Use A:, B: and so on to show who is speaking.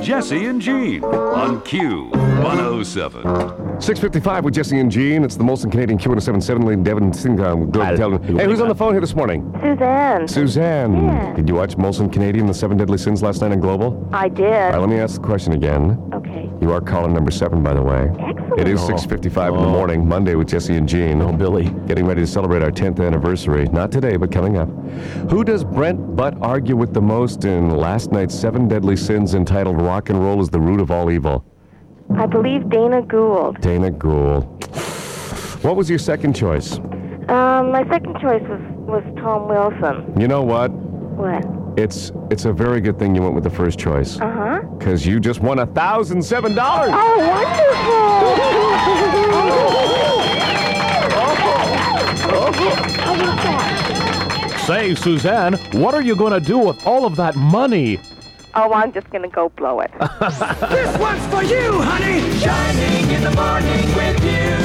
A: Jesse and Gene on Q107.
B: 655 with Jesse and Gene. It's the Molson Canadian Q1077 Lane Devon Singham. Global Television. Hey, who's on the phone here this morning?
C: Suzanne.
B: Suzanne.
C: Yeah.
B: Did you watch Molson Canadian, The Seven Deadly Sins last night on Global? All
C: I did.
B: right, let me ask the question again.
C: Okay.
B: You are caller number seven, by the way.
C: Excellent.
B: It is 6.55 in the morning, Monday with Jesse and Gene. Oh, Billy. Getting ready to celebrate our 10th anniversary. Not today, but coming up. Who does Brent Butt argue with the most in last night's Seven Deadly Sins entitled Rock and Roll is the Root of All Evil?
C: I believe Dana Gould.
B: Dana Gould. What was your second choice?
C: Um, my second choice was, was Tom Wilson.
B: You know what?
C: What?
B: It's it's a very good thing you went with the first choice.
C: Uh huh.
B: Because you just won a thousand seven dollars.
C: Oh, wonderful!
D: Say, Suzanne, what are you going to do with all of that money?
C: oh, I'm just gonna go blow it.
E: This one's for you, honey. Shining in the morning with you.